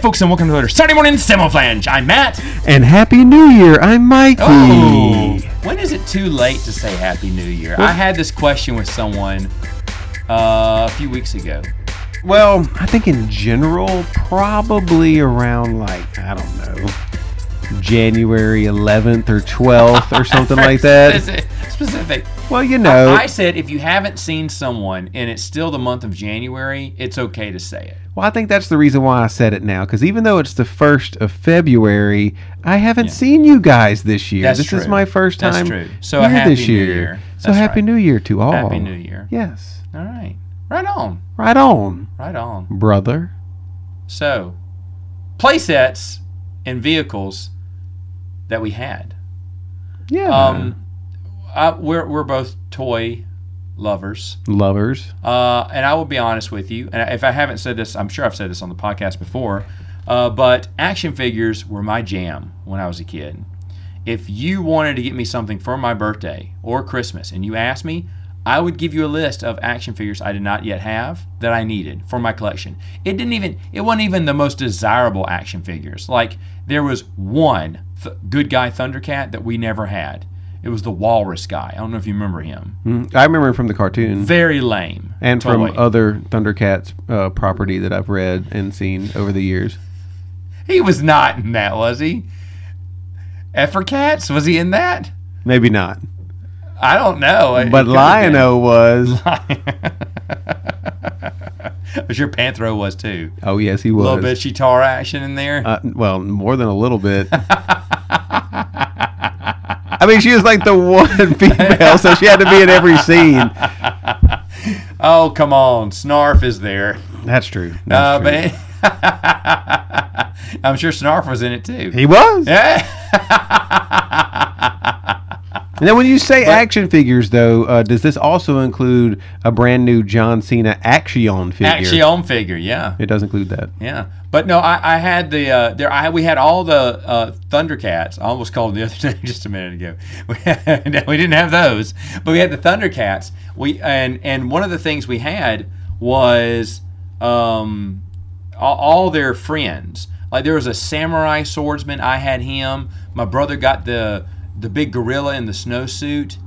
folks, and welcome to another Saturday morning Semiflange. I'm Matt. And Happy New Year! I'm Mikey. Oh, Hmm. when is it too late to say Happy New Year? I had this question with someone uh, a few weeks ago. Well, I think in general, probably around like I don't know, January 11th or 12th or something like that. Specific. specific. Well, you know, I said if you haven't seen someone and it's still the month of January, it's okay to say it. well, I think that's the reason why I said it now because even though it's the first of February, I haven't seen you guys this year. That's this is true. my first That's time true. So here happy this New year. Year. So That's happy right. New Year to all. Happy New Year. Yes. All right. Right on. Right on, Right on. brother. So, playsets and vehicles that we had. Yeah. Um, I, we're we're both toy lovers, Lovers. uh, and I will be honest with you. And if I haven't said this, I'm sure I've said this on the podcast before. Uh, but action figures were my jam when I was a kid. If you wanted to get me something for my birthday or Christmas, and you asked me, I would give you a list of action figures I did not yet have that I needed for my collection. It didn't even it wasn't even the most desirable action figures. Like there was one th- good guy Thundercat that we never had. It was the Walrus guy. I don't know if you remember him. Mm, I remember him from the cartoon. Very lame. and from toy. other Thundercats uh, property that I've read and seen over the years. he was not in that, was he? Effercats was he in that? Maybe not, I don't know. It- it but could have been. Lion-O was. But your Panthro was too. Oh yes, he A was. little bit Chitara action in there. Uh, well, more than a little bit. I mean, she was like the one female, so she had to be in every scene. oh, come on. Snarf is there. That's true. Uh, but That's true. I'm sure Snarf was in it too. Eh, he was. Yeah. And then when you say action figures, though, uh, does this also include a brand new John Cena Action figure? Action figure, yeah. It does include that. Yeah, but no, I, I had the uh, there. I we had all the uh, Thundercats. I almost called them the other day just a minute ago. We, had, we didn't have those, but we had the Thundercats. We and and one of the things we had was um, all, all their friends. Like there was a samurai swordsman. I had him. My brother got the the big gorilla in the snowsuit.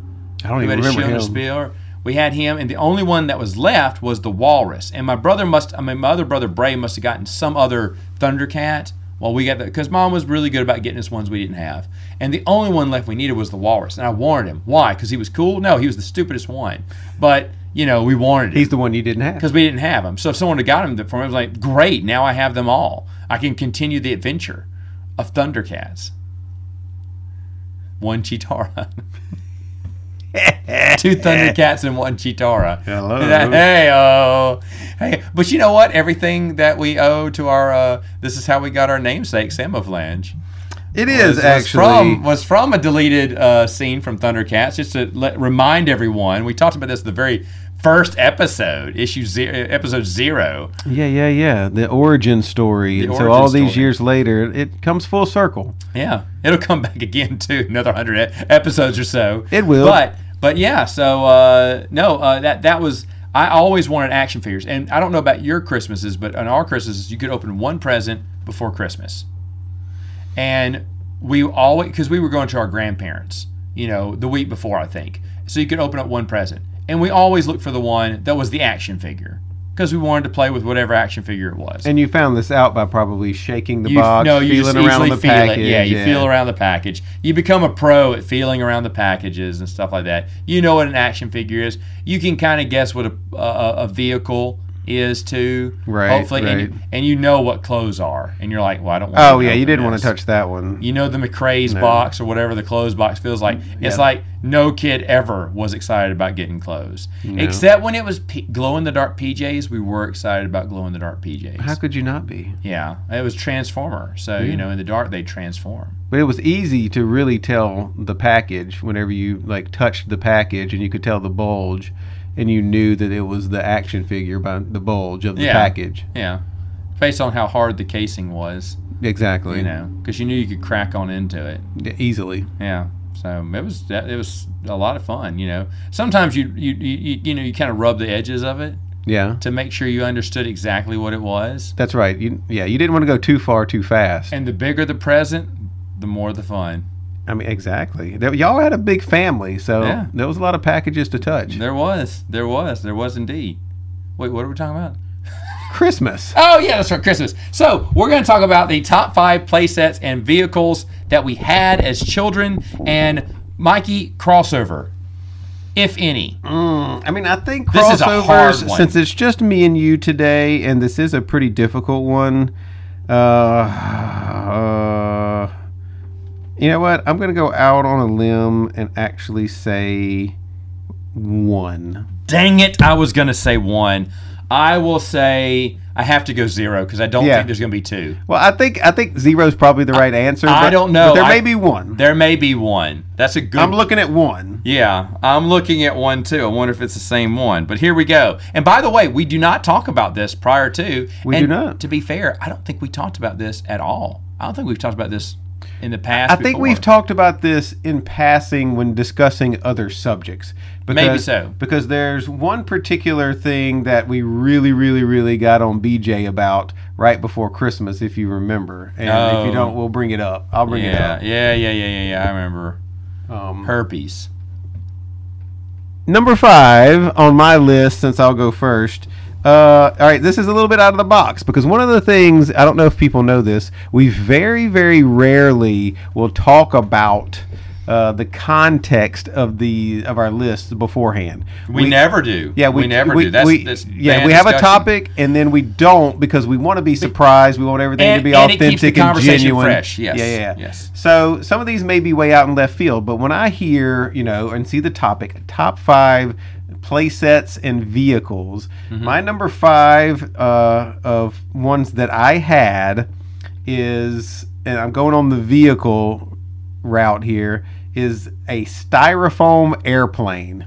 I don't We even had a remember shield him. and spear. We had him, and the only one that was left was the walrus. And my brother must, I mean, my other brother Bray must have gotten some other Thundercat. Well, we got that because mom was really good about getting us ones we didn't have. And the only one left we needed was the walrus. And I warned him. Why? Because he was cool? No, he was the stupidest one. But, you know, we warranted him He's the one you didn't have. because we didn't have them. So if someone had got them for me, I was like, great, now I have them all. I can continue the adventure of Thundercats. One Chitara. Two Thundercats and one Chitara. Hello. Hey, oh. Hey, but you know what? Everything that we owe to our, uh, this is how we got our namesake, Samoflange. It is was actually from was from a deleted uh, scene from Thundercats. Just to let, remind everyone, we talked about this the very first episode, issue zero, episode zero. Yeah, yeah, yeah. The origin story. and so origin all these story. years later, it comes full circle. Yeah, it'll come back again too, another hundred e- episodes or so. It will. But but yeah, so uh, no, uh, that that was. I always wanted action figures, and I don't know about your Christmases, but on our Christmases, you could open one present before Christmas, and we always because we were going to our grandparents, you know, the week before I think, so you could open up one present, and we always looked for the one that was the action figure because we wanted to play with whatever action figure it was. And you found this out by probably shaking the You- box, feeling around the feel package. It. Yeah, you feel around the package. You become a pro at feeling around the packages and stuff like that. You know what an action figure is. You can kind of guess what a, a a vehicle is too. Right, Hopefully, And, right. you, and you know what clothes are, and you're like, well, I don't. want Oh yeah, you didn't this. want to touch that one. You know the McRae's box or whatever the clothes box feels like. It's Mm, Yeah. like no kid ever was excited about getting clothes, except when it was p- glow in the dark PJs. We were excited about glow in the dark PJs. How could you not be? Yeah, it was Transformer. So you know, in the dark they transform. But it was easy to really tell the package whenever you like touched the package, and you could tell the bulge, and you knew that it was the action figure by the bulge of the Yeah. package. Yeah, based on how hard the casing was, Exactly. you know, because you knew you could crack on into it. Yeah, Easily. Yeah, so it was that- it was a lot of fun. You know, sometimes you you you, you know you kind of rub the edges of it. Yeah. to make sure you understood exactly what it was. That's right. You, yeah, you didn't want to go too far too fast. And the bigger the present, the more the fun. I mean, exactly. That- Y'all had a big family, so Yeah. there was a lot of packages to touch. There was, there was, there was indeed. Wait, what are we talking about? Christmas. Oh yeah, that's right, Christmas. So we're going to talk about the top five playsets and vehicles that we had as children, and Mikey crossover, if any. Mm, I mean, I think This is a hard crossovers, one. since it's just me and you today, and this is a pretty difficult one. Uh, uh, you know what? I'm going to go out on a limb and actually say one. Dang it, I was going to say one. I will say I have to go zero because I don't Yeah. think there's going to be two. Well, I think I think zero's probably the right answer. I but- don't know. But there I- may be one. There may be one. That's a good. I'm looking at one. yeah, I'm looking at one too. I wonder if it's the same one. But here we go. And by the way, we do not talk about this prior to. We and do not. To be fair, I don't think we talked about this at all. I don't think we've talked about this in the past. I think before. we've talked about this in passing when discussing other subjects. Maybe so. Because there's one particular thing that we really, really, really got on BJ about right before Christmas, if you remember. And if Oh. you don't, we'll bring it up. I'll bring Yeah, it yeah, yeah, yeah, yeah, yeah. I remember up. Um, herpes. Number five on my list, since I'll go first. Uh, all right, this is a little bit out of the box because one of the things I don't know if people know this, we very, very rarely will talk about uh, the context of the of our lists beforehand. We, never do. Yeah, we, never we- do. That's, we- that's yeah, band we have a discussion. topic and then we don't because we want to be surprised. We want everything And- to be and it authentic keeps the and conversation genuine. fresh, yes, Yeah, yeah. yes. So some of these may be way out in left field, but when I hear, you know, and see the topic, top five play sets and vehicles, Mm-hmm. my number five uh, of ones that I had is, and I'm going on the vehicle route here, is a styrofoam airplane.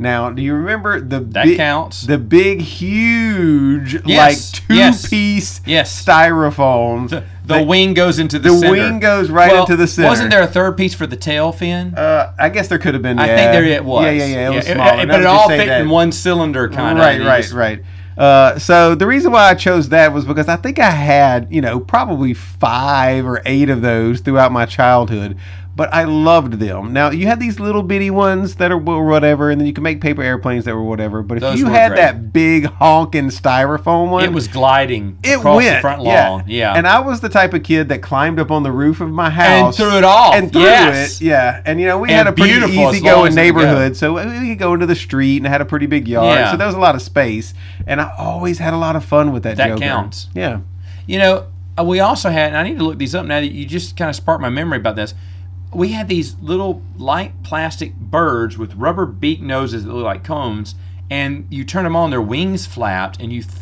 Now, do you remember the That bi- counts. the big, huge, Yes, like two yes, piece yes. styrofoam. the, the wing goes into the, the center. wing goes right into the center. Wasn't there a third piece for the tail fin? uh, I guess there could have been. I yeah. think there it was. Yeah, yeah, yeah. It was smaller. Now but that it you all say fit that- in one cylinder, kind of. Right, right, right. Uh, so the reason why I chose that was because I think I had, you know, probably five or eight of those throughout my childhood, but I loved them. Now you had these little bitty ones that are were whatever, and then you could make paper airplanes that were whatever. But if Those you were had great. that big honking styrofoam one, It was gliding it across went the front yeah. lawn. Yeah. and I was the type of kid that climbed up on the roof of my house threw it off. and threw Oh, Yes. it. Yeah, and you know we And had a pretty beautiful as easy long going as it would go. neighborhood, so uh, we could go into the street and had a pretty big yard, Yeah. so there was a lot of space, and I always had a lot of fun with that. That Joker. counts. Yeah, you know, uh, we also had, and I need to look these up now that you just kind of sparked my memory about this. We had these little light plastic birds with rubber beak noses that look like cones, and you turn them on, their wings flapped, and you th-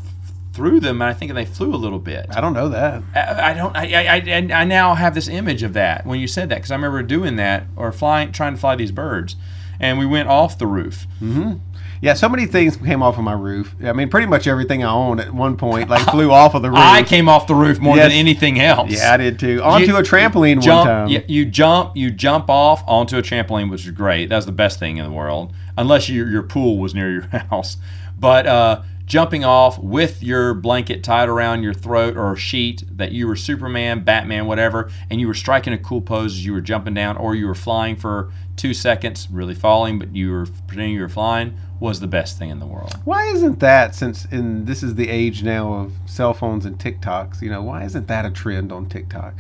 threw them, and I think they flew a little bit. I don't know that. I I don't. I, I, I, and I now have this image of that when you said that because I remember doing that or flying, trying to fly these birds, and we went off the roof. Yeah, so many things came off of my roof. I mean, pretty much everything I owned at one point like flew off of the roof. I came off the roof more than Yes. anything else. yeah, I did too. Onto You- a trampoline jump, one time. y- You jump, you jump off onto a trampoline, which is great. That's the best thing in the world, unless your your pool was near your house. But uh, jumping off with your blanket tied around your throat or a sheet that you were Superman, Batman, whatever, and you were striking a cool pose as you were jumping down, or you were flying for two seconds, really falling, but you were pretending you were flying, was the best thing in the world. Why isn't that since in this is the age now of cell phones and TikToks, you know, why isn't that a trend on TikTok?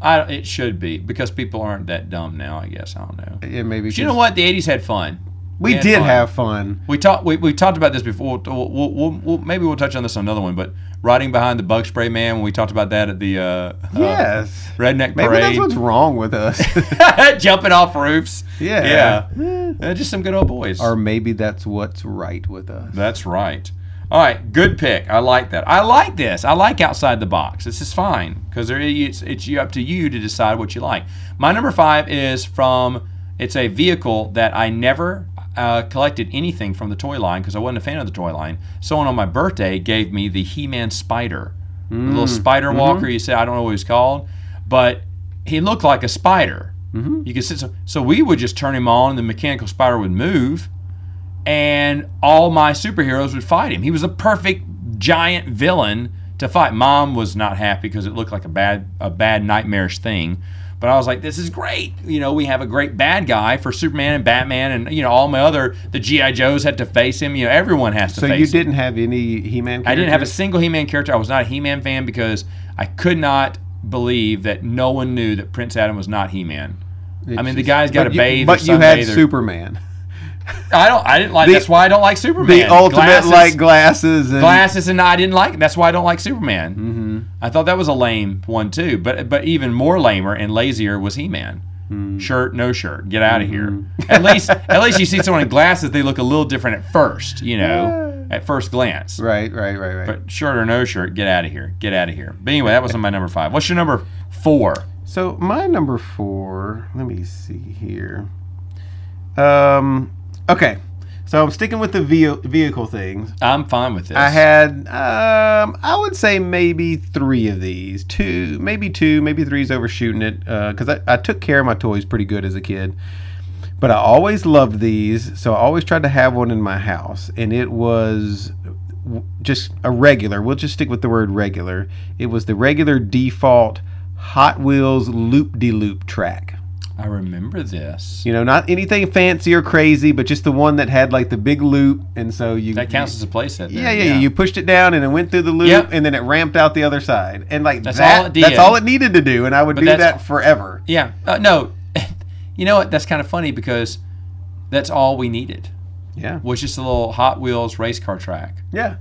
I, it should be because people aren't that dumb now. I guess I don't know. Yeah, maybe But you know what? The '80s had fun. we had did fun. have fun. We talked. We, we talked about this before. We'll, we'll, we'll, we'll- maybe we'll touch on this on another one. But riding behind the bug spray man, when we talked about that at the uh, uh, Yes. redneck Maybe that's what's parade, wrong with us. jumping off roofs. Yeah. yeah, Uh, just some good old boys. or maybe that's what's right with us. that's right. All right, good pick. I like that. I like this. I like outside the box. This is fine because it's it's you- up to you to decide what you like. My number five is from. It's a vehicle that I never uh, collected anything from the toy line because I wasn't a fan of the toy line. Someone on my birthday gave me the He-Man Spider, The little spider walker. You said I don't know what he's called, but he looked like a Mm-hmm. spider. You could sit so, so we would just turn him on, and the mechanical spider would move and all my superheroes would fight him. He was a perfect giant villain to fight. Mom was not happy because it looked like a bad a bad nightmarish thing. But I was like, this is great. You know, we have a great bad guy for Superman and Batman, and you know, all my other the GI Joes had to face him. You know, everyone has to. So face you him. didn't have any He-Man. Characters? I didn't have a single He-Man character. I was not a He-Man fan because I could not believe that no one knew that Prince Adam was not He-Man. I mean, the guy's got but a you- bathe. But or you had sunbathe or- Superman. I don't. I didn't like. The- that's why I don't like Superman. The ultimate Glasses- like glasses and glasses, and I didn't like. That's why I don't like Superman. Mm-hmm. I thought that was a lame one too. But but even more lamer and lazier was He Man. Mm. Shirt, no shirt, get Mm-hmm. out of here. At least at least you see someone in glasses, they look a little different at first. You know, at first glance. Right, right, right, right. But shirt or no shirt, get out of here. Get out of here. But anyway, that wasn't my number five. What's your number four? So my number four. Let me see here. Um. Okay. So I'm sticking with the ve- vehicle things. I'm fine with this. I had, um, I would say maybe three of these. Two, maybe two, maybe three is overshooting it because I, I took care of my toys pretty good as a kid. But I always loved these, so I always tried to have one in my house, and it was w- just a regular. We'll just stick with the word regular. It was the regular default Hot Wheels loop de loop track. I remember this. You know, not anything fancy or crazy, but just the one that had like the big loop, and so you That counts as a playset. yeah, then, yeah, You pushed it down and it went through the loop Yep. and then it ramped out the other side. And like That's that, all it did. that's all it needed to do. And I would do that's- that forever. Yeah. Uh, no, you know what? That's kind of funny because that's all we needed Yeah. was just a little Hot Wheels race car track. Yeah.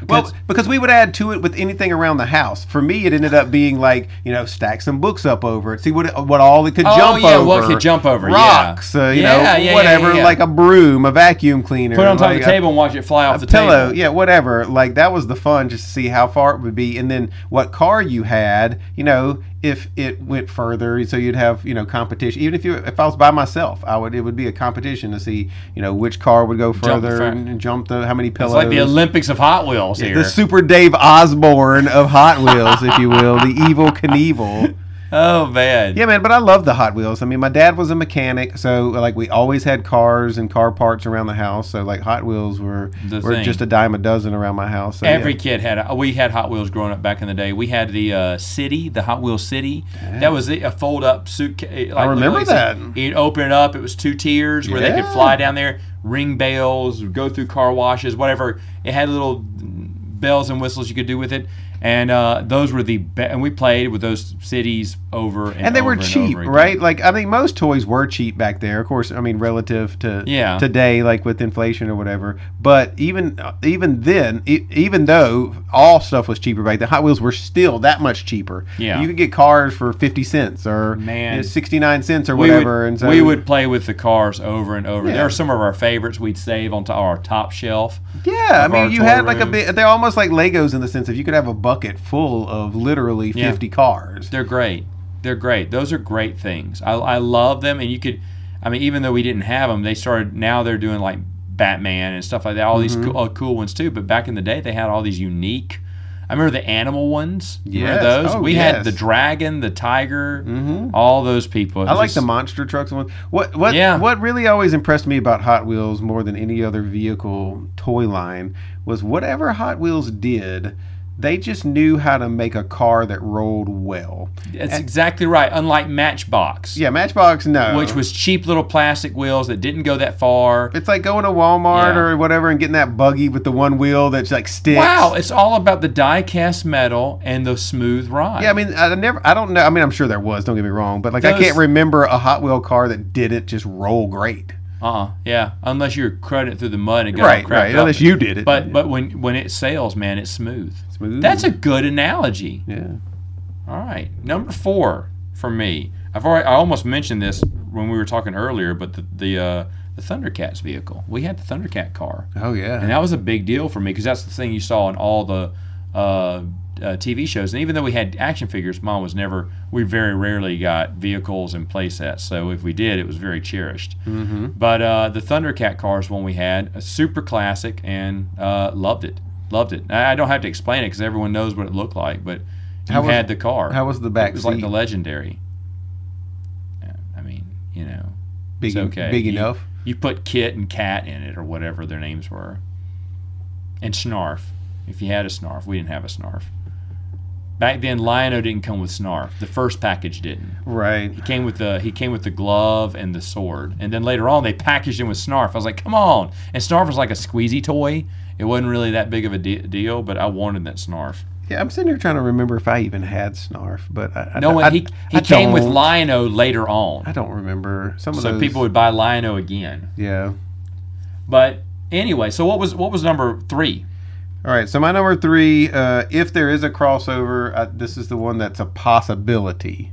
Because- well, because we would add to it with anything around the house. For me, it ended up being like you know, stack some books up over it, see what what all it could Oh, jump yeah, over. what could jump over, yeah. Rocks, uh, you Yeah, yeah, know, yeah, whatever, yeah, yeah. like a broom, a vacuum cleaner, Put it on top like uh, of a- the table and watch it fly off the pillow, table. yeah, whatever. Like that was the fun, just to see how far it would be, and then what car you had. You know, if it went further, so you'd have you know competition. Even if you if I was by myself, I would it would be a competition to see you know which car would go the further front. and, and jump the how many It's pillows. like the Olympics of Hot Wheels here. the Super Dave Osborne of Hot Wheels, if you will, the evil Knievel. oh man. Yeah, man, but I love the Hot Wheels. I mean, my dad was a mechanic, so like we always had cars and car parts around the house. So like Hot Wheels were The were thing. just a dime a dozen around my house. So, Oh, yeah. Every kid had. A, we had Hot Wheels growing up back in the day. We had the uh, city, the Hot Wheels city. That was a fold-up suitcase. Like, remember like- that. You'd open it up. It was two tiers where they could Yeah. fly down there, ring bells, go through car washes, whatever. It had little bells and whistles you could do with it, and uh, those were the be- and we played with those cities over and and they over were and cheap, over again. right? Like I mean, most toys were cheap back there. Of course, I mean relative to Yeah. today, like with inflation or whatever. But even uh, even then, e- even though all stuff was cheaper back then, Hot Wheels were still that much cheaper. Yeah. you could get cars for fifty cents or Man. sixty nine cents or We would- whatever. and so we would play with the cars over and over. Yeah. There are some of our favorites we'd save onto our top shelf. Yeah, I of our mean, you toy had like a room. big. They're almost like Legos in the sense of you could have a bucket full of literally Yeah. fifty cars. They're great. They're great. Those are great things. I, I love them. And you could, I mean, even though we didn't have them, they started, now they're doing like Batman and stuff like that, all these Mm-hmm. cool, uh, cool ones too. But back in the day, they had all these unique. I remember the animal ones. You remember Yes. those? Oh, we had yes. Mm-hmm. the dragon, the tiger, all those people. It I was like Mm-hmm. just- the monster trucks one. What what Yeah. what really always impressed me about Hot Wheels more than any other vehicle toy line was whatever Hot Wheels did, they just knew how to make a car that rolled well. That's exactly right. Unlike Matchbox, Yeah, Matchbox no. which was cheap little plastic wheels that didn't go that far. it's like going to Walmart Yeah. or whatever and getting that buggy with the one wheel that's like sticks. Wow, it's all about the die cast metal and the smooth ride. Yeah, I mean, I never, I don't know. I mean, I'm sure there was. Don't get me wrong, but like, I Those- can't remember a Hot Wheel car that didn't just roll great. Uh-uh. Yeah. Unless you're cutting it through the mud and got Right, all cracked right. up. Unless you did it, But but when when it sails, man, it's smooth. Smooth. That's a good analogy. yeah. All right. Number four for me. I've already I almost mentioned this when we were talking earlier, but the the uh, the Thundercats vehicle. We had the Thundercat car, Oh yeah. and that was a big deal for me because that's the thing you saw in all the uh, uh, TV shows. And even though we had action figures, mom was never. We very rarely got vehicles and playsets. So if we did, it was very cherished. mm-hmm. But uh, the Thundercat car is one we had, a super classic, and uh, loved it. Loved it. I I don't have to explain it because everyone knows what it looked like, but you How was- had the car. How was the back it was seat? like the legendary. Uh, I mean, you know, big, it's okay. big You- enough. You put Kit and Cat in it, or whatever their names were, and Snarf. If you had a Snarf, we didn't have a Snarf. Back then, Liono didn't come with Snarf. The first package didn't. Right. He came with the he came with the glove and the sword, and then later on they packaged him with Snarf. I was like, come on! And Snarf was like a squeezy toy. It wasn't really that big of a de- deal, but I wanted that Snarf. Yeah, I'm sitting here trying to remember if I even had Snarf, but I, I No one I, he he I came with don't- Liono later on, I don't remember some of so those. people would buy Liono again. Yeah. But anyway, so what was what was number three? All right. So my number three, uh, if there is a crossover, I, this is the one that's a possibility.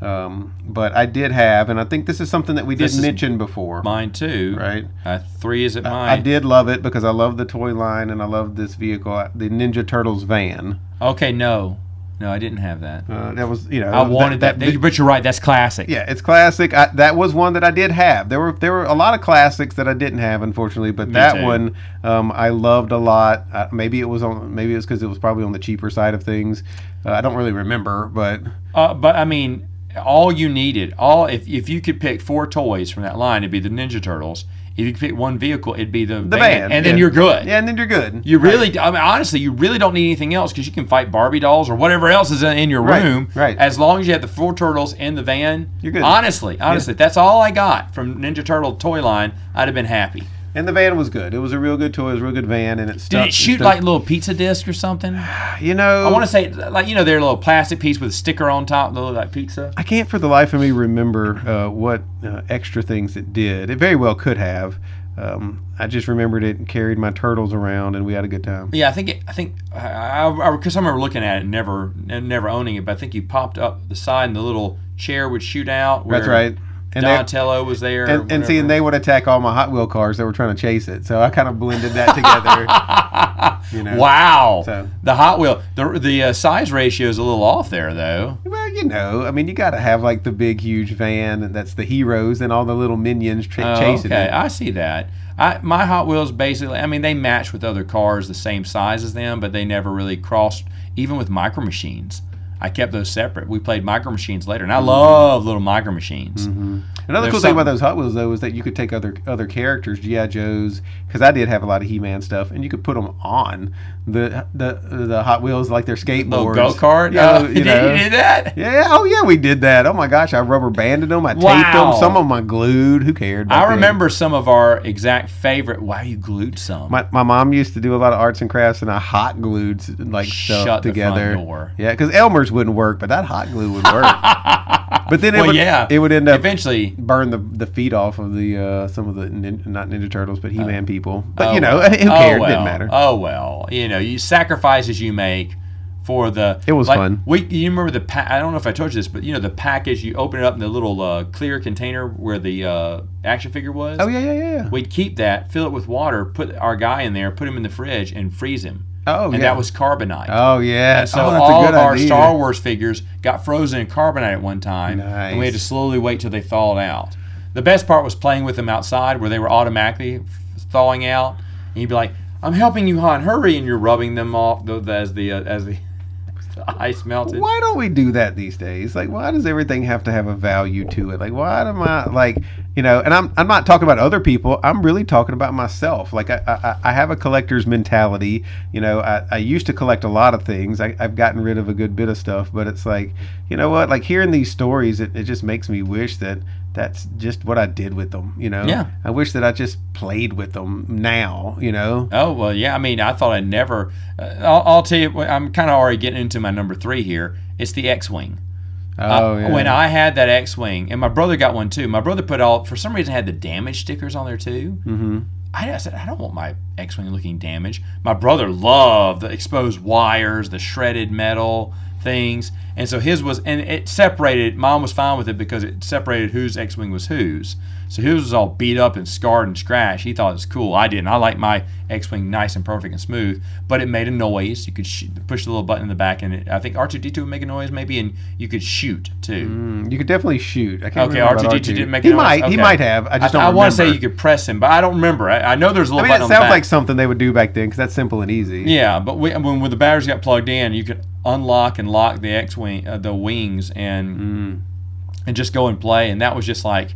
Um, but I did have, and I think this is something that we This did is mention before, Mine too. right? Uh, three is at mine. I did love it because I love the toy line and I love this vehicle, I- the Ninja Turtles van. Okay, no, no, I didn't have that. Uh, that was, you know, I wanted that, But you're right. That's classic. yeah, it's classic. I, that was one that I did have. There were there were a lot of classics that I didn't have, unfortunately, but that too. one um, I loved a lot. Uh, maybe it was on maybe it was because it was probably on the cheaper side of things. Uh, I don't really remember, but Uh, but I mean, all you needed, all if, if you could pick four toys from that line, it'd be the Ninja Turtles. If you could pick one vehicle, it'd be the, the van, and then yeah. you're good. Yeah, and then you're good. You really, I mean, honestly, you really don't need anything else because you can fight Barbie dolls or whatever else is in, in your Right, room. right. As long as you have the four turtles in the van, You're good. Honestly, honestly, if that's all I got from Ninja Turtle toy line. I'd have been happy. and the van was good. It was a real good toy. It was a real good van, and it Did stuck. it shoot stuck- like little pizza disc or something? you know? I want to say like you know their little plastic piece with a sticker on top, the little like pizza. I can't for the life of me remember uh, what uh, extra things it did. It very well could have. Um, I just remembered it and carried my turtles around, and we had a good time. Yeah, I think it, I think I because I, remember looking at it, and never and never owning it, but I think you popped up the side and the little chair would shoot out. Where That's right. And they- Donatello was there. or and, and see, and whatever. they would attack all my Hot Wheel cars that were trying to chase it. So I kind of blended that together. you know. wow, So- the Hot Wheel the the uh, size ratio is a little off there though. Well, you know, I mean, you got to have like the big, huge van, and that's the heroes, and all the little minions tra- Oh, chasing okay, it. I see that. I, my Hot Wheels basically, I mean, they match with other cars the same size as them, but they never really crossed, even with Micro Machines. I kept those separate. We played Micro Machines later, Mm-hmm. and I love little Micro Machines. There's Another cool thing about something- those Hot Wheels though is that you could take other other characters, GI Joes, because I did have a lot of He-Man stuff, and you could put them on the the the Hot Wheels like their Little skateboards. go kart. Yeah, Oh, you did know. you do that? Yeah, oh yeah, we did that. Oh my gosh, I rubber banded them, I taped Wow. them, some of them I glued. Who cared? back I then? remember some of our exact favorite. Wow, you glued some. My, my mom used to do a lot of arts and crafts, and I hot glued s- like stuff Shut the front together. door. Yeah, because Elmer's wouldn't work, but that hot glue would work. but then it well, would yeah, it would end up eventually. burn the the feet off of the uh, some of the nin, not Ninja Turtles, but He Man people. But Oh, you know, well. who cared? Oh, It well. Didn't matter. Oh well, you know, you sacrifices you make for the. It was fun. We, you remember the? Pa- I don't know if I told you this, but you know the package. You open it up in the little uh, clear container where the uh, action figure was. oh yeah, yeah, yeah. yeah. We'd keep that, fill it with water, put our guy in there, put him in the fridge, and freeze him. Oh and yeah. that was carbonite. oh yeah. And so oh, that's a all good of our idea. Star Wars figures got frozen in carbonite at one time, and we had to Nice. slowly wait till they thawed out. The best part was playing with them outside, where they were automatically f- thawing out, and you'd be like, "I'm helping you, Han, hurry!" and you're rubbing them off the, the, as the uh, as the, the ice melted. Why don't we do that these days? Like, why does everything have to have a value to it? Like, why am I like, you know? And I'm I'm not talking about other people. I'm really talking about myself. Like, I I, I have a collector's mentality. You know, I, I used to collect a lot of things. I, I've gotten rid of a good bit of stuff, but it's like, you know what? Like hearing these stories, it, it just makes me wish that that's just what I did with them. You know? Yeah. I wish that I just played with them now. You know? Oh well, yeah. I mean, I thought I'd never. Uh, I'll, I'll tell you, I'm kind of already getting into my number three here. It's the X-wing. Oh Uh, When I had that X Wing, and my brother got one too. My brother put all, for some reason, had the damage stickers on there too. Mhm. I, I said, I don't want my X Wing looking damaged. My brother loved the exposed wires, the shredded metal things. And so his was, and it separated, mine was fine with it because it separated whose X Wing was whose. So his was all beat up and scarred and scratched. He thought it was cool. I didn't. I like my X Wing nice and perfect and smooth, but it made a noise. You could sh- push the little button in the back, and it, I think R2D2 would make a noise maybe, and you could shoot too. Mm, You could definitely shoot. I can't Okay, remember about R2D2 didn't make He it on- might. okay. He might have. I just I, don't. I want to say remember. you could press him, but I don't remember. I, I know there's a I little mean, it button on sounds the back. like something they would do back then because that's simple and easy. yeah, but we, when, when the batteries got plugged in, you could unlock and lock the Mm. X wing, uh, the wings, and and just go and play. And that was just like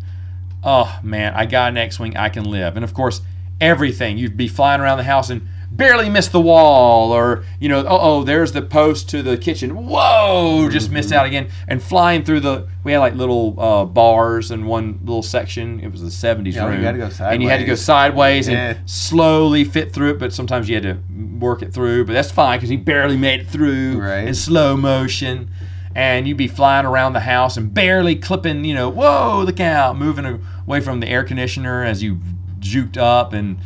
oh man, I got an X Wing, I can live. And of course, everything. You'd be flying around the house and barely miss the wall, or, you know, uh oh, there's the post to the kitchen. Whoa, just Mm-hmm. missed out again. And flying through the, we had like little uh, bars in one little section. It was the 70s Yeah, you room. had to go And you had to go sideways. sideways Yeah. and slowly fit through it, but sometimes you had to work it through. But that's fine because he barely made it through Right. in slow motion. And you'd be flying around the house and barely clipping, you know, whoa, look out, moving away from the air conditioner as you juked up. And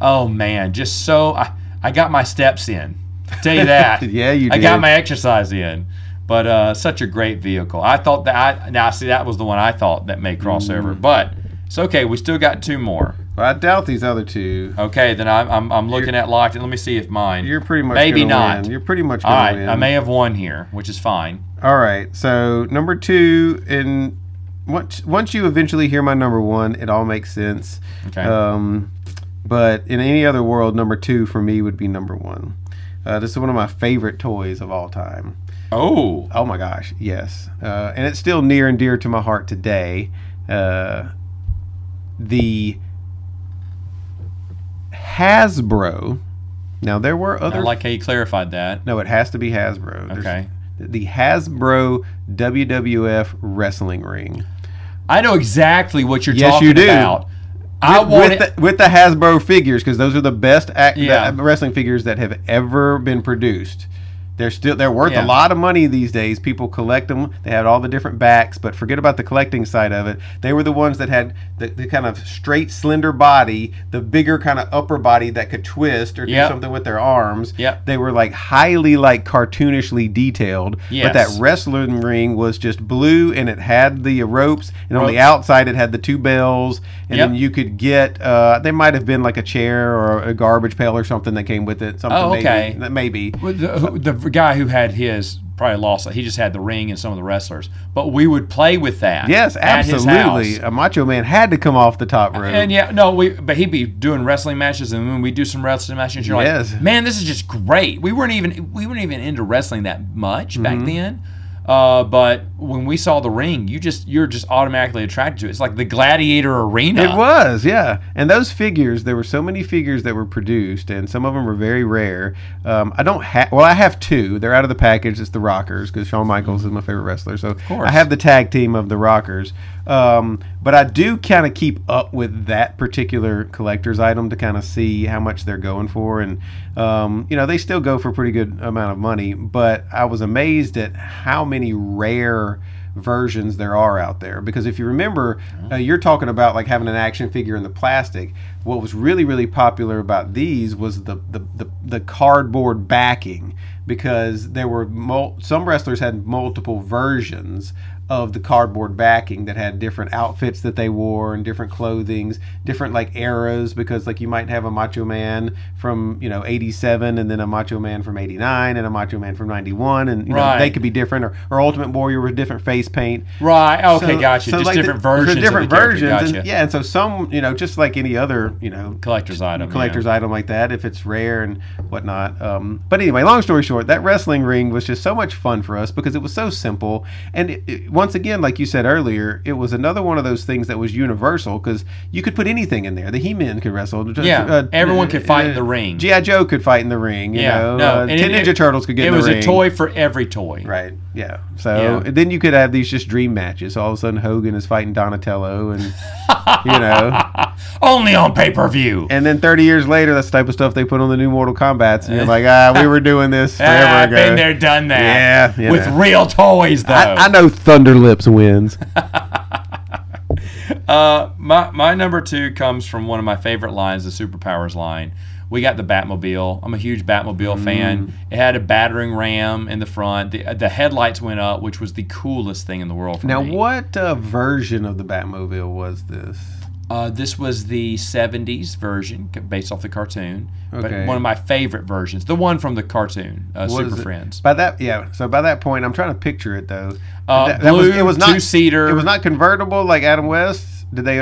oh man, just so I, I got my steps in. Tell you that. Yeah, you I got did. my exercise in. But uh, such a great vehicle. I thought that I now see that was the one I thought that may cross over, Mm. but it's okay. We still got two more. Well, I doubt these other two. Okay, then I'm, I'm, I'm looking at locked. and Let me see if mine. You're pretty much Maybe gonna not. Win. You're pretty much All gonna right, win. I may have one here, which is fine. All right. So number two, and once once you eventually hear my number one, it all makes sense. Okay. Um, but in any other world, number two for me would be number one. Uh, this is one of my favorite toys of all time. oh, Oh my gosh, yes. Uh, and it's still near and dear to my heart today. Uh, the Hasbro. Now there were I other. like how you clarified that. no, it has to be Hasbro. There's- Okay. The Hasbro WWF wrestling ring. I know exactly what you're Yes, talking you do. about. I With- want with, it. the, with the Hasbro figures because those are the best act, the Yeah. wrestling figures that have ever been produced. They're still they're worth Yeah. a lot of money these days. People collect them. They had all the different backs, but forget about the collecting side of it. They were the ones that had the, the kind of straight, slender body, the bigger kind of upper body that could twist or Yep. do something with their arms. Yep. They were like highly like cartoonishly detailed. But Yes. that wrestling ring was just blue and it had the ropes and on the Ropes. outside it had the two bells and Yep. then you could get uh, they might have been like a chair or a garbage pail or something that came with it something Oh, okay. maybe, that maybe Well, The, who- the guy who had his probably lost it. He just had the ring and some of the wrestlers. But we would play with that. yes at his absolutely house. a macho man had to come off the top rope And yeah, no, we but he'd be doing wrestling matches, and when we do some wrestling matches, you're Yes. like, man, this is just great. We weren't even we weren't even into wrestling that much Mm-hmm. back then. Uh, but when we saw the ring, you just you're just automatically attracted to it. It's like the gladiator arena. It was, yeah. And those figures, there were so many figures that were produced, and some of them were very rare. Um, I don't have, well, I have two. They're out of the package. It's the Rockers because Shawn Michaels is my favorite wrestler, so course. I have the tag team of the Rockers. Um, but I do kind of keep up with that particular collector's item to kind of see how much they're going for, and um, you know they still go for a pretty good amount of money. But I was amazed at how many rare versions there are out there because if you remember uh, you're talking about like having an action figure in the plastic what was really really popular about these was the the, the, the cardboard backing because there were mul- some wrestlers had multiple versions of the cardboard backing that had different outfits that they wore and different clothings different like eras because like you might have a macho man from you know 87 and then a macho man from 89 and a macho man from 91 and you know, they Right. could be different or, or ultimate warrior with different face paint Right. Okay. so- gotcha. so just like the- different so versions. different of the character, versions, and- Gotcha. yeah, and so some, you know, just like any other, you know, Collector's item. yeah. collector's item like that, if it's rare and whatnot. Um, but anyway, long story short, that wrestling ring was just so much fun for us because it was so simple. And it, it- once again, like you said earlier, it was another one of those things that was universal because you could put anything in there. The He-Man could wrestle. uh, Yeah, everyone could fight in the ring. GI Joe could fight in the ring. You Yeah, know, no, uh, and Ten it- Ninja Turtles could get It in the was ring. a toy for every toy. Right. Yeah. So Yeah. then you could have these just dream matches. All of a sudden, Hogan is fighting Donatello, and you know, Only on pay per view. and then 30 years later, that's the type of stuff they put on the new Mortal Kombat's, and you're like, ah, we were doing this forever I've ago. been there, done that. Yeah, you with know. real toys though. I, I know Thunder Lips wins. Uh, my my number two comes from one of my favorite lines, the superpowers line. We got the Batmobile. I'm a huge Batmobile Mm. fan. It had a battering ram in the front. The, the headlights went up, which was the coolest thing in the world for now, me. what uh, version of the Batmobile was this? Uh, this was the 70s version c- based off the cartoon, Okay. but one of my favorite versions, the one from the cartoon, uh, What is Super it? Friends. By that, yeah. So by that point, I'm trying to picture it though. Uh, blue, two-seater. It was not convertible like Adam West. Did they?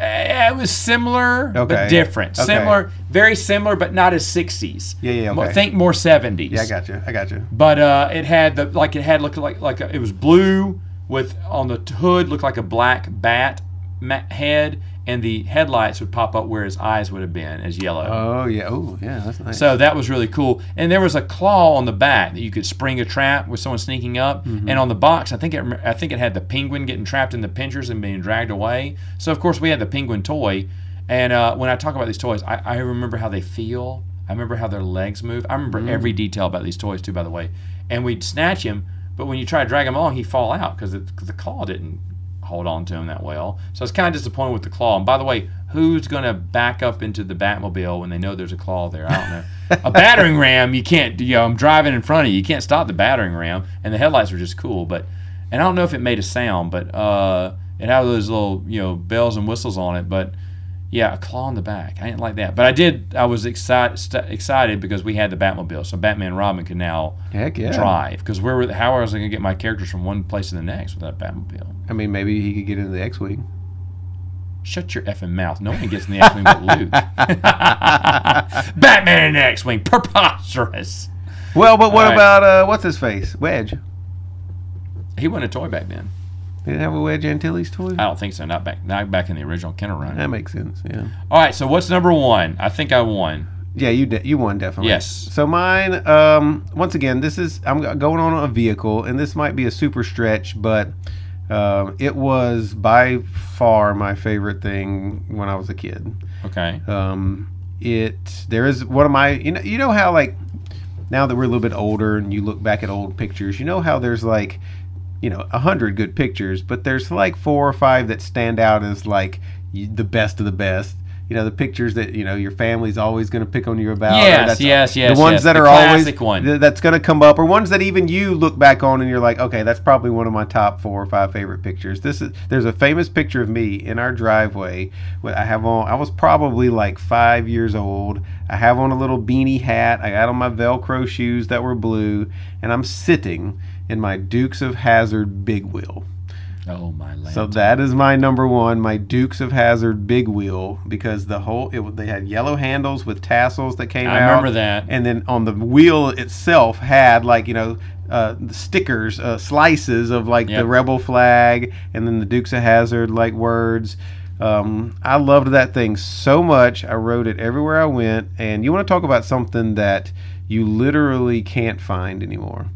Eh, It was similar Okay. but different. Okay. Similar, very similar, but not as 60s. Yeah, yeah, Mo- okay. Think more 70s. Yeah, I got you. I got you. But uh, it had the like it had looked like like a, it was blue with on the t- hood looked like a black bat ma- head and the headlights would pop up where his eyes would have been as yellow. Oh yeah. Oh yeah. That's nice. So that was really cool. And there was a claw on the back that you could spring a trap with someone sneaking up. And on the box, I think it I think it had the penguin getting trapped in the pinchers and being dragged away. So of course we had the penguin toy. And uh, when I talk about these toys, I, I remember how they feel. I remember how their legs move. I remember every detail about these toys too, by the way. And we'd snatch him, but when you try to drag him along, he'd fall out because the claw didn't hold on to him that well. So I was kind of disappointed with the claw. And by the way, who's going to back up into the Batmobile when they know there's a claw there? I don't know. a battering ram, you can't. You know, I'm driving in front of you. You can't stop the battering ram, and the headlights were just cool. But and I don't know if it made a sound, but uh, it had those little you know bells and whistles on it, but. Yeah, a claw in the back. I didn't like that, but I did. I was excited, st- excited because we had the Batmobile, so Batman and Robin could now Heck yeah. drive. Because where, were- how was I going to get my characters from one place to the next without a Batmobile? I mean, maybe he could get into the X-wing. Shut your effing mouth. No one gets in the X Wing but Luke. Batman in the X Wing. Preposterous. Well, but what All right. about uh, what's his face? Wedge. He wasn't a toy back then. Did it have a Wedge Antilles toy? I don't think so. Not back not back in the original Kenner run. That makes sense. Yeah. All right, so what's number one? I think I won. Yeah, you de- you won definitely. Yes. So mine, um, once again, this is I'm go- going on a vehicle, and this might be a super stretch, but um, it was by far my favorite thing when I was a kid. Okay. Um, it there is one of my you know you know how like now that we're a little bit older and you look back at old pictures, you know how there's like you know a hundred good pictures, but there's like four or five that stand out as like y- the best of the best. You know the pictures that you know your family's always going to pick on you about. or Yes, that's- yes, yes, The ones yes. that The are always classic one. th- that's going to come up, or ones that even you look back on and you're like, okay, that's probably one of my top four or five favorite pictures. This is there's a famous picture of me in our driveway. What I have on, I was probably like five years old. I have on a little beanie hat. I got on my Velcro shoes that were blue, and I'm sitting in my Dukes of Hazard big wheel. Oh my land. So that is my number one, my Dukes of Hazard big wheel, because the whole it, they had yellow handles with tassels that came out I remember that. and then on the wheel itself had like you know uh, the stickers uh, slices of like Yep. the rebel flag and then the dukes of hazard like words um, i loved that thing so much i rode it everywhere i went and you want to talk about something that you literally can't find anymore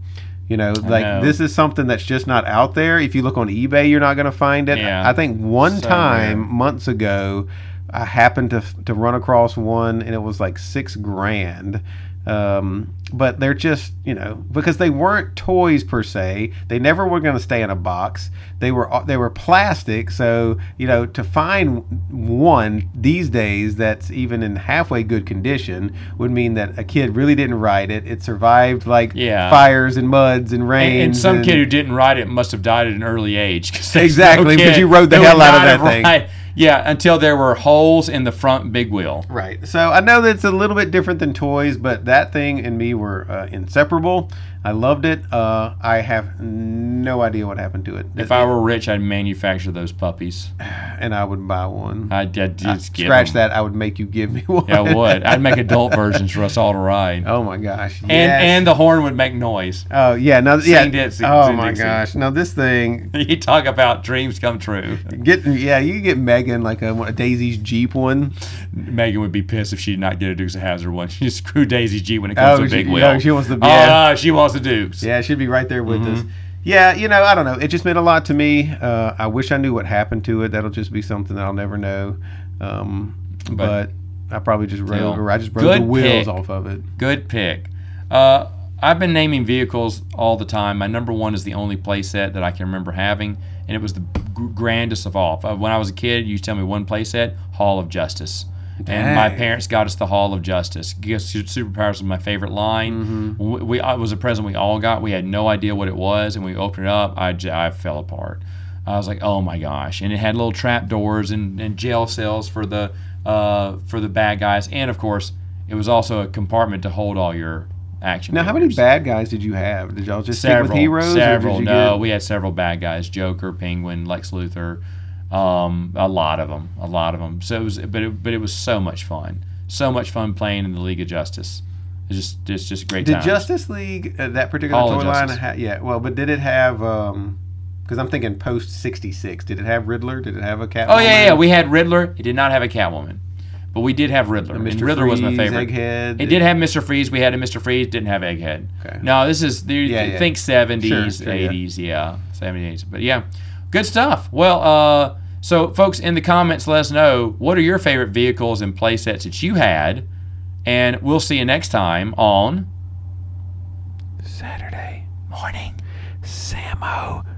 you know like know. this is something that's just not out there if you look on ebay you're not going to find it Yeah. i think one So time rare. months ago i happened to, to run across one and it was like six grand um, but they're just you know because they weren't toys per se they never were going to stay in a box they were they were plastic so you know to find one these days that's even in halfway good condition would mean that a kid really didn't ride it it survived like Yeah. fires and muds and rains and, and some kid who didn't ride it must have died at an early age. 'cause there's Exactly, because kid you rode the that hell would out of not that have thing. ride- Yeah, until there were holes in the front big wheel. Right. So I know that it's a little bit different than toys, but that thing and me were uh, inseparable. I loved it. Uh, I have no idea what happened to it, If I were rich, I'd manufacture those puppies. and I would buy one. I'd, I'd just give Scratch them. that. I would make you give me one. Yeah, I would. I'd make adult versions for us all to ride. Oh my gosh. And and the horn would make noise. oh yeah. Now yeah. Sing Dixie, oh Sing my Dixie. gosh. Now this thing. You talk about dreams come true. Get yeah. You can get Megan like a, a Daisy's Jeep one. Megan would be pissed if she did not get a Dukes of Hazard one. She screw Daisy G when it comes Oh, to she- Big oh, Wheel. she wants the- Oh, yeah. she wants the Dukes. Yeah, it should be right there with Mm-hmm. us. Yeah, you know, I don't know. It just meant a lot to me. Uh, I wish I knew what happened to it. That'll just be something that I'll never know. Um, but, But- I probably just rode, Still. or I just rode Good the wheels pick. off of it. Good pick. Uh, I've been naming vehicles all the time. My number one is the only playset that I can remember having, and it was the g- grandest of all. Uh, When I was a kid, you used to tell me one playset, Hall of Justice. And my Dang. parents got us the Hall of Justice. Guess Su- Superpowers was my favorite line. We, we I- it was a present we all got. We had no idea what it was, and we opened it up. I, j- I fell apart. I was like, oh my gosh! And it had little trap doors and, and jail cells for the uh, for the bad guys, and of course, it was also a compartment to hold all your action. Now, how many figures. bad guys did you have? Did y'all just Several stick with heroes? or did Several. you No, get- we had several bad guys: Joker, Penguin, Lex Luthor. Um, a lot of them. A lot of them. So it was, but it, but it was so much fun. So much fun playing in the League of Justice. It's just it's just great did times. Justice League uh, that particular All of toy line? Justice. Ha- yeah. Well, but did it have um, Because I'm thinking post '66. Did it have Riddler? Did it have a cat? Oh yeah, yeah. We had Riddler. It did not have a Catwoman, but we did have Riddler. And, Mr. Riddler was my Freeze, favorite. Egghead. It did have Mr. Freeze. We had a Mr. Freeze. Didn't have Egghead. Okay. No, this is the, Yeah, yeah. think Sure, seventies, sure, yeah. eighties, yeah, seventies. But yeah, good stuff. Well, uh, so folks in the comments, let us know what are your favorite vehicles and playsets that you had, and we'll see you next time on Saturday morning. Samo